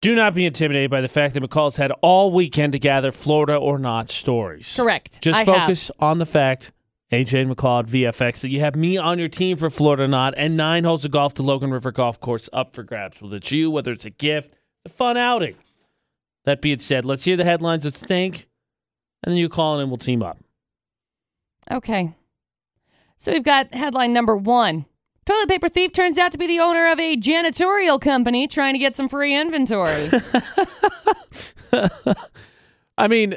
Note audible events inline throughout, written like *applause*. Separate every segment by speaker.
Speaker 1: Do not be intimidated by the fact that McCall's had all weekend to gather Florida or not stories.
Speaker 2: Correct.
Speaker 1: Just
Speaker 2: I have.
Speaker 1: focus on the fact, AJ and McCall at VFX, that you have me on your team for Florida or not and nine holes of golf to Logan River Golf Course up for grabs. Whether it's you, whether it's a gift, a fun outing. That being said, let's hear the headlines that stink, and then you call in and we'll team up.
Speaker 2: Okay. So we've got headline number one Toilet paper thief turns out to be the owner of a janitorial company trying to get some
Speaker 1: *laughs*
Speaker 2: free inventory.
Speaker 1: I mean, *laughs*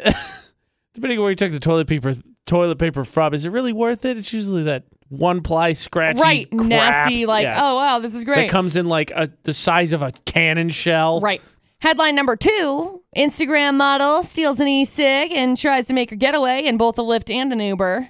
Speaker 1: depending on where you took the toilet paper toilet paper from, is it really worth it? It's usually that one ply scratchy,
Speaker 2: right.
Speaker 1: crap.
Speaker 2: Nasty, like,
Speaker 1: Yeah.
Speaker 2: oh, wow, this is
Speaker 1: that
Speaker 2: great.
Speaker 1: comes in like a, the size of a cannon shell.
Speaker 2: right. Headline number two Instagram model steals an e cig and tries to make her getaway in both a Lyft and an Uber.
Speaker 1: Oh,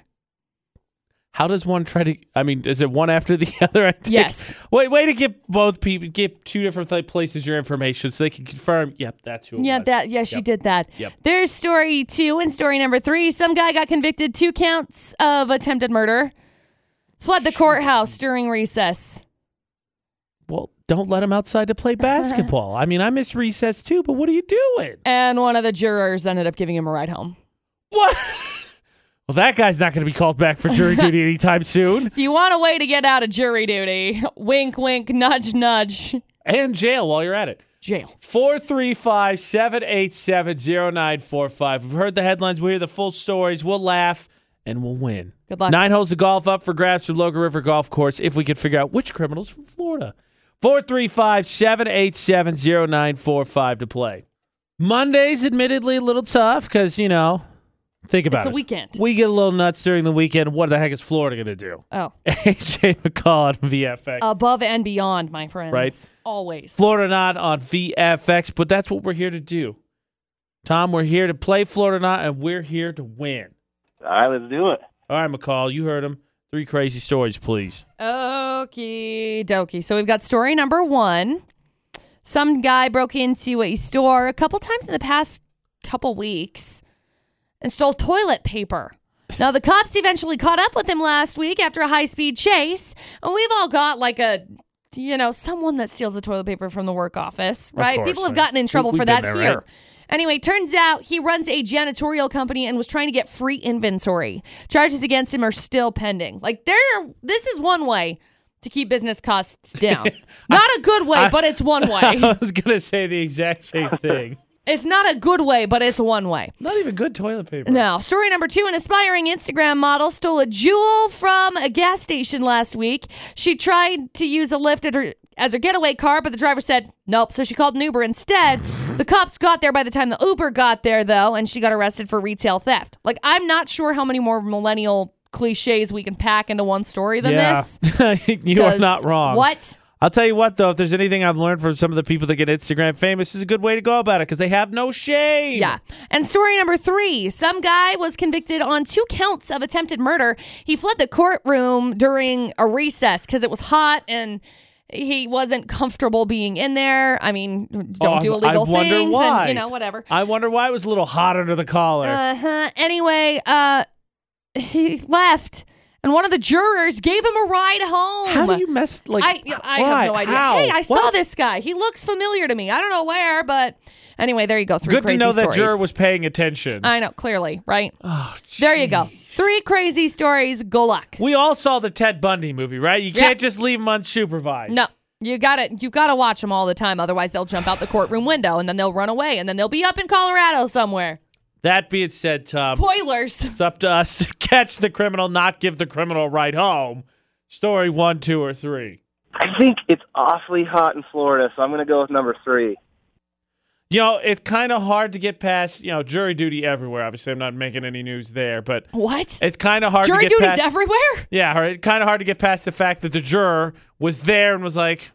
Speaker 1: How does one try to? I mean, is it one after the *laughs* other? I think?
Speaker 2: Yes.
Speaker 1: Wait, way to get both people get two different th- places your information so they can confirm. Yep, that's who. It
Speaker 2: Yeah,
Speaker 1: was.
Speaker 2: that yeah, she
Speaker 1: Yep.
Speaker 2: did that.
Speaker 1: Yep.
Speaker 2: There's story two and story number three. Some guy got convicted two counts of attempted murder. Fled the courthouse during recess.
Speaker 1: Well, don't let them outside to
Speaker 2: *laughs*
Speaker 1: play basketball. I mean, I miss recess too, but what are you doing?
Speaker 2: And one of the jurors ended up giving him a ride home.
Speaker 1: What? Well, that guy's not going to be called back for
Speaker 2: *laughs*
Speaker 1: jury duty anytime soon.
Speaker 2: If you want a way to get out of jury duty, wink wink, nudge nudge.
Speaker 1: And jail while you're at it.
Speaker 2: Jail.
Speaker 1: 435 787 0945. We've heard the headlines. We'll hear the full stories. We'll laugh and we'll win.
Speaker 2: Good luck.
Speaker 1: Nine holes of golf up for grabs from Logan River Golf Course if we could figure out which criminals from Florida. 435 787 0945 to play. Monday's admittedly a little tough because, you know, think about
Speaker 2: It's a
Speaker 1: it.
Speaker 2: weekend.
Speaker 1: We get a little nuts during the weekend. What the heck is Florida going to do? *laughs*
Speaker 2: Oh.
Speaker 1: AJ McCall on VFX.
Speaker 2: Above and beyond, my friends.
Speaker 1: Right.
Speaker 2: Always.
Speaker 1: Florida Not on VFX, but that's what we're here to do. Tom, we're here to play Florida Not, and we're here to win.
Speaker 3: All right, let's do it.
Speaker 1: All right, McCall, you heard him. Three crazy stories, please. *laughs*
Speaker 2: Okie dokie. So we've got story number one. Some guy broke into a store a couple times in the past couple weeks and stole toilet paper. Now, the cops eventually caught up with him last week after a high speed chase. And we've all got like a, you know, someone that steals the toilet paper from the work office, right?
Speaker 1: course,
Speaker 2: People have
Speaker 1: right.
Speaker 2: gotten in
Speaker 1: We-
Speaker 2: trouble
Speaker 1: we've
Speaker 2: for
Speaker 1: been
Speaker 2: that
Speaker 1: there,
Speaker 2: here.
Speaker 1: right?
Speaker 2: Anyway, turns out he runs a janitorial company and was trying to get free inventory. Charges against him are still pending. Like there this is one way to keep business costs down. not a good way, but it's
Speaker 1: *laughs*
Speaker 2: one way.
Speaker 1: I was going to say the exact
Speaker 2: *laughs*
Speaker 1: same thing.
Speaker 2: it's not a good way, but it's one way.
Speaker 1: Not even good toilet paper.
Speaker 2: No. Story number two an aspiring Instagram model stole a jewel from a gas station last week. She tried to use a lift at her, as her getaway car, but the driver said nope. So she called an Uber instead. The cops got there by the time the Uber got there, though, and she got arrested for retail theft. Like, I'm not sure how many more millennial cliches we can pack into one story than
Speaker 1: Yeah.
Speaker 2: this.
Speaker 1: *laughs* you are
Speaker 2: 'Cause
Speaker 1: not wrong.
Speaker 2: What?
Speaker 1: I'll tell you what, though, if there's anything I've learned from some of the people that get Instagram famous, this is a good way to go about it because they have no shame.
Speaker 2: Yeah. And story number three some guy was convicted on two counts of attempted murder. He fled the courtroom during a recess because it was hot and he wasn't comfortable being in there. I mean, don't
Speaker 1: Oh,
Speaker 2: do
Speaker 1: I-
Speaker 2: illegal
Speaker 1: I wonder
Speaker 2: things
Speaker 1: why.
Speaker 2: and, you know, whatever.
Speaker 1: I wonder why it was a little hot under the collar.
Speaker 2: Uh huh. Anyway, uh, he left and one of the jurors gave him a ride home.
Speaker 1: How do you mess? Like,
Speaker 2: I, I have
Speaker 1: why?
Speaker 2: no idea.
Speaker 1: How?
Speaker 2: Hey, I saw
Speaker 1: What?
Speaker 2: this guy. He looks familiar to me. I don't know where, but anyway, there you go. Three
Speaker 1: Good to
Speaker 2: crazy
Speaker 1: know that
Speaker 2: stories.
Speaker 1: juror was paying attention. Oh,
Speaker 2: I know, clearly, right? there you go. Three crazy stories. Go luck.
Speaker 1: we all saw the Ted Bundy movie, right? You
Speaker 2: Yeah.
Speaker 1: can't just leave him unsupervised.
Speaker 2: No, you got to you got to watch them all the time. Otherwise, they'll jump out the courtroom window and then they'll run away and then they'll be up in Colorado somewhere.
Speaker 1: That being said, Tom, *laughs*
Speaker 2: Spoilers.
Speaker 1: it's up to us to catch the criminal, not give the criminal a ride home. Story one, two, or three.
Speaker 3: I think it's awfully hot in Florida, so I'm going to go with number three.
Speaker 1: You know, it's kind of hard to get past, you know, jury duty everywhere. Obviously, I'm not making any news there, but
Speaker 2: What?
Speaker 1: it's kind of hard
Speaker 2: Jury
Speaker 1: to get
Speaker 2: duty's
Speaker 1: past.
Speaker 2: everywhere.
Speaker 1: yeah, it's kind of hard to get past the fact that the juror was there and was like,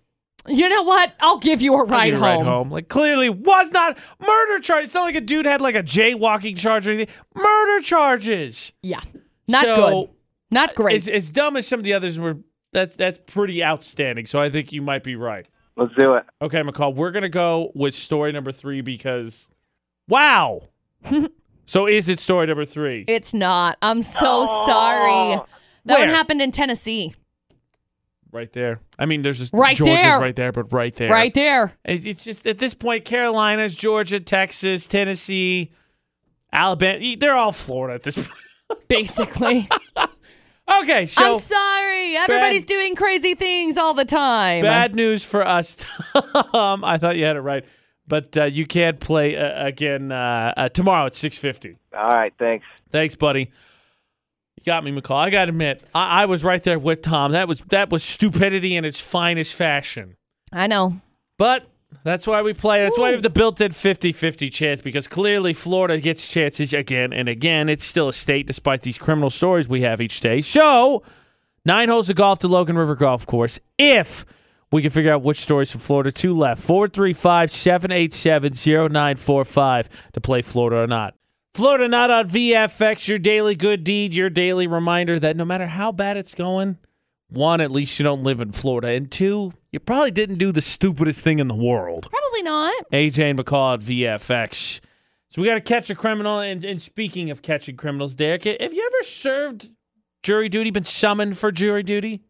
Speaker 2: You know what? I'll give you a ride,
Speaker 1: You're
Speaker 2: home.
Speaker 1: right home. Like clearly was not murder charge. It's not like a dude had like a jaywalking charge or anything. Murder charges.
Speaker 2: Yeah. Not
Speaker 1: So, uh,
Speaker 2: good. Not great.
Speaker 1: As, as dumb as some of the others were, that's that's pretty outstanding. So I think you might be right.
Speaker 3: Let's do it.
Speaker 1: Okay, McCall, we're gonna go with story number three because wow.
Speaker 2: *laughs*
Speaker 1: so is it story number three?
Speaker 2: Oh. it's not. I'm so sorry. That
Speaker 1: Oh, Where?
Speaker 2: one happened in Tennessee.
Speaker 4: right there. I mean, there's just
Speaker 2: Right
Speaker 4: Georgia's
Speaker 2: there.
Speaker 4: right there, but right there,
Speaker 2: Right there.
Speaker 1: It's it's just at this point, Carolinas, Georgia, Texas, Tennessee, Alabama, they're all Florida at this point. *laughs*
Speaker 2: Basically.
Speaker 1: Okay, so
Speaker 2: I'm sorry. Everybody's doing crazy things all the time.
Speaker 1: bad news for us. *laughs* Tom. I thought you had it right, but uh, you can't play uh, again uh, uh, tomorrow at 6.50.
Speaker 3: All right, thanks.
Speaker 1: Thanks, buddy. You got me, McCall. I got to admit, I-, I was right there with Tom. That was that was stupidity in its finest fashion.
Speaker 2: I know.
Speaker 1: But that's why we play. That's why we have the built-in 50-50 chance because clearly Florida gets chances again and again. It's still a state despite these criminal stories we have each day. So, nine holes of golf to Logan River Golf Course. If we can figure out which stories from Florida two left, 435-787-0945 to play Florida or not. Florida not on VFX, your daily good deed, your daily reminder that no matter how bad it's going, one, at least you don't live in Florida. And two, you probably didn't do the stupidest thing in the world.
Speaker 2: Probably not.
Speaker 1: AJ and McCall at VFX. So we got to catch a criminal. And, and speaking of catching criminals, Derek, have you ever served jury duty, been summoned for jury duty?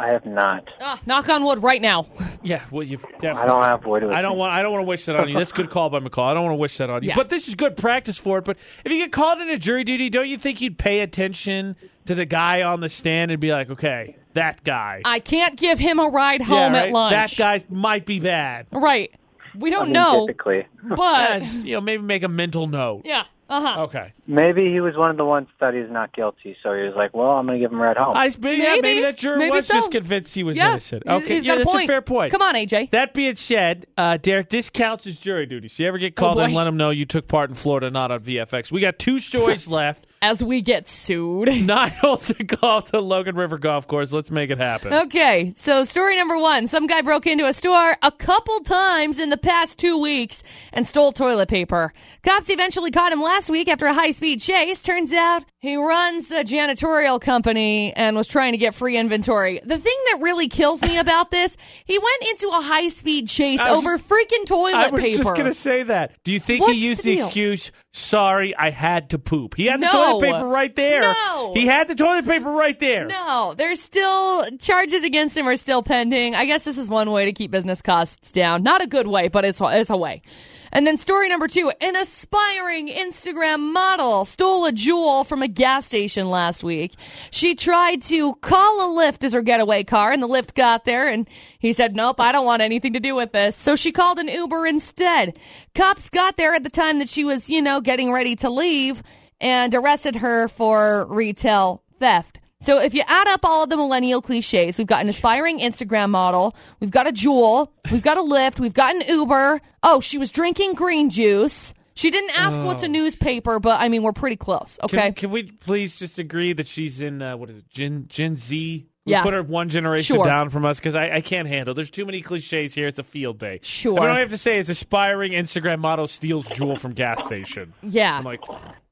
Speaker 3: I have not.
Speaker 2: Ah, knock on wood right now.
Speaker 1: Yeah, well, you've
Speaker 3: I
Speaker 1: definitely.
Speaker 3: don't have wood.
Speaker 1: I don't want. I don't want to wish that on you. That's a good call by McCall. I don't want to wish that on you.
Speaker 2: Yeah.
Speaker 1: But this is good practice for it. But if you get called into jury duty, don't you think you'd pay attention to the guy on the stand and be like, okay, that guy.
Speaker 2: I can't give him a ride home
Speaker 1: yeah,
Speaker 2: at
Speaker 1: right?
Speaker 2: lunch.
Speaker 1: That guy might be bad.
Speaker 2: Right. We
Speaker 3: I
Speaker 2: don't
Speaker 3: mean,
Speaker 2: know,
Speaker 3: Typically,
Speaker 1: Uh,
Speaker 2: but
Speaker 1: just, you know, maybe make a mental note.
Speaker 2: yeah. Uh huh.
Speaker 1: Okay.
Speaker 3: maybe he was one of the ones that he's not guilty, so he was like, "Well, I'm gonna give him a ride home."
Speaker 1: I, maybe, yeah, maybe
Speaker 2: Maybe.
Speaker 1: that juror
Speaker 2: Maybe
Speaker 1: was
Speaker 2: so.
Speaker 1: just convinced he was
Speaker 2: Yeah.
Speaker 1: innocent.
Speaker 2: He's-
Speaker 1: Okay,
Speaker 2: he's
Speaker 1: yeah,
Speaker 2: got a
Speaker 1: that's
Speaker 2: point.
Speaker 1: fair point.
Speaker 2: Come on, AJ.
Speaker 1: That being said, uh, Derek, this counts as jury duty. So you ever get called
Speaker 2: Oh, boy.
Speaker 1: and let them know you took part in Florida, not on VFX. We got two
Speaker 2: *laughs*
Speaker 1: stories left.
Speaker 2: As we get sued.
Speaker 1: Nine *laughs* holes to golf to Logan River Golf Course. Let's make it happen.
Speaker 2: Okay, so story number one. Some guy broke into a store a couple times in the past two weeks and stole toilet paper. Cops eventually caught him last week after a high speed chase. Turns out he runs a janitorial company and was trying to get free inventory. The thing that really kills me about this, he went into a high speed chase
Speaker 1: I was
Speaker 2: over freaking toilet
Speaker 1: I was
Speaker 2: paper.
Speaker 1: just gonna say that. Do you think
Speaker 2: What's
Speaker 1: he used
Speaker 2: the
Speaker 1: the,
Speaker 2: deal?
Speaker 1: excuse "Sorry, I had to poop"? He had the
Speaker 2: No.
Speaker 1: toilet paper right there.
Speaker 2: No.
Speaker 1: He had the toilet paper right there.
Speaker 2: No, there's still charges against him are still pending. I guess this is one way to keep business costs down. Not a good way, but it's it's a way. And then story number two: an aspiring Instagram model stole a jewel from a gas station last week. She tried to call a Lyft as her getaway car, and the Lyft got there, and he said, "Nope, I don't want anything to do with this." So she called an Uber instead. Cops got there at the time that she was, you know, getting ready to leave, and arrested her for retail theft. So if you add up all of the millennial cliches, we've got an aspiring Instagram model, we've got a Jewel, we've got a Lyft, we've got an Uber. Oh, she was drinking green juice. She didn't ask what's a newspaper, but I mean we're pretty close.
Speaker 1: Oh. Can,
Speaker 2: Okay.
Speaker 1: can we please just agree that she's in uh, what is it, Gen Gen Z? We
Speaker 2: Yeah.
Speaker 1: put her one generation
Speaker 2: Sure.
Speaker 1: down from us because I, I can't handle. There's too many cliches here. It's a field day.
Speaker 2: Sure.
Speaker 1: I mean, all I have to say is aspiring Instagram model steals jewel from gas station.
Speaker 2: yeah.
Speaker 1: I'm like,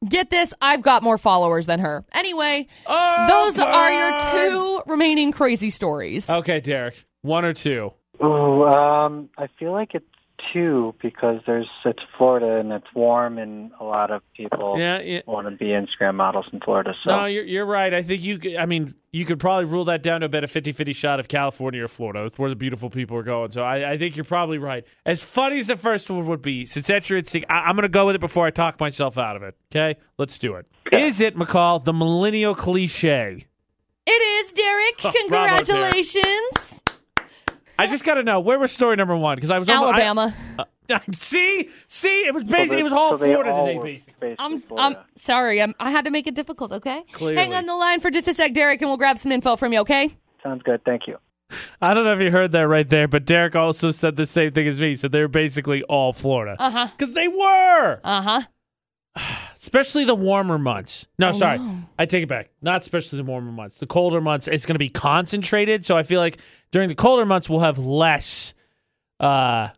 Speaker 2: Get this, I've got more followers than her. Anyway, those are your two remaining crazy stories.
Speaker 1: okay, Derek, one or two.
Speaker 3: Ooh, um, I feel like it's two because there's it's Florida and it's warm, and a lot of people
Speaker 1: Yeah, yeah.
Speaker 3: want to be Instagram models in Florida. So
Speaker 1: No, you're, you're right. I think you. Could, I mean, you could probably rule that down to about a 50-50 shot of California or Florida. That's where the beautiful people are going. So I, I think you're probably right. As funny as the first one would be, since that's your instinct, I, I'm going to go with it before I talk myself out of it. Okay, let's do it. Is it McCall the millennial cliche?
Speaker 2: It is Derek.
Speaker 1: *laughs* bravo, Derek.
Speaker 2: Congratulations.
Speaker 1: I just got to know where was story number one because I was almo- I- Uh,
Speaker 2: Alabama.
Speaker 1: *laughs* see, see, it was
Speaker 3: So
Speaker 1: basically
Speaker 3: they-
Speaker 1: it was all
Speaker 3: so they
Speaker 1: Florida
Speaker 3: all
Speaker 1: today.
Speaker 3: were
Speaker 1: Basically.
Speaker 3: based in
Speaker 2: I'm, I'm
Speaker 3: Florida.
Speaker 2: sorry. I'm, I had to make it difficult, okay?
Speaker 1: Clearly.
Speaker 2: Hang on the line for just a sec, Derek, and we'll grab some info from you, okay?
Speaker 3: Sounds good. Thank you.
Speaker 1: I don't know if you heard that right there, but Derek also said the same thing as me. So they're basically all Florida
Speaker 2: Uh huh.
Speaker 1: because they were.
Speaker 2: Uh huh.
Speaker 1: especially the warmer months. No, sorry, I take it back. Not especially the warmer months. The colder months, it's going to be concentrated. So I feel like during the colder months, we'll have less uh,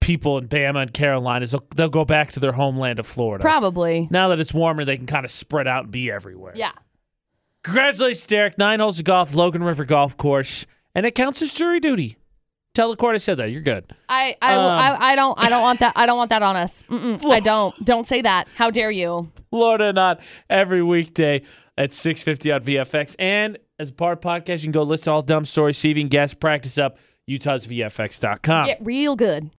Speaker 1: people in Bama and Carolinas. They'll, they'll go back to their homeland of Florida.
Speaker 2: Probably.
Speaker 1: Now that it's warmer, they can kind of spread out and be everywhere.
Speaker 2: Yeah.
Speaker 1: Congratulations, Derek. Nine holes of golf, Logan River Golf Course, and it counts as jury duty. Tell the court I said that. You're good.
Speaker 2: I I,
Speaker 1: Um.
Speaker 2: I I don't I don't want that I don't want that on us.
Speaker 1: *laughs*
Speaker 2: Mm-mm, I don't. Don't say that. How dare you?
Speaker 1: Florida or not every weekday at 6:50 on VFX and as a part of the podcast. You can go listen to all dumb stories, see if you can guess, practice up, utahsvfx.com.
Speaker 2: Get real good.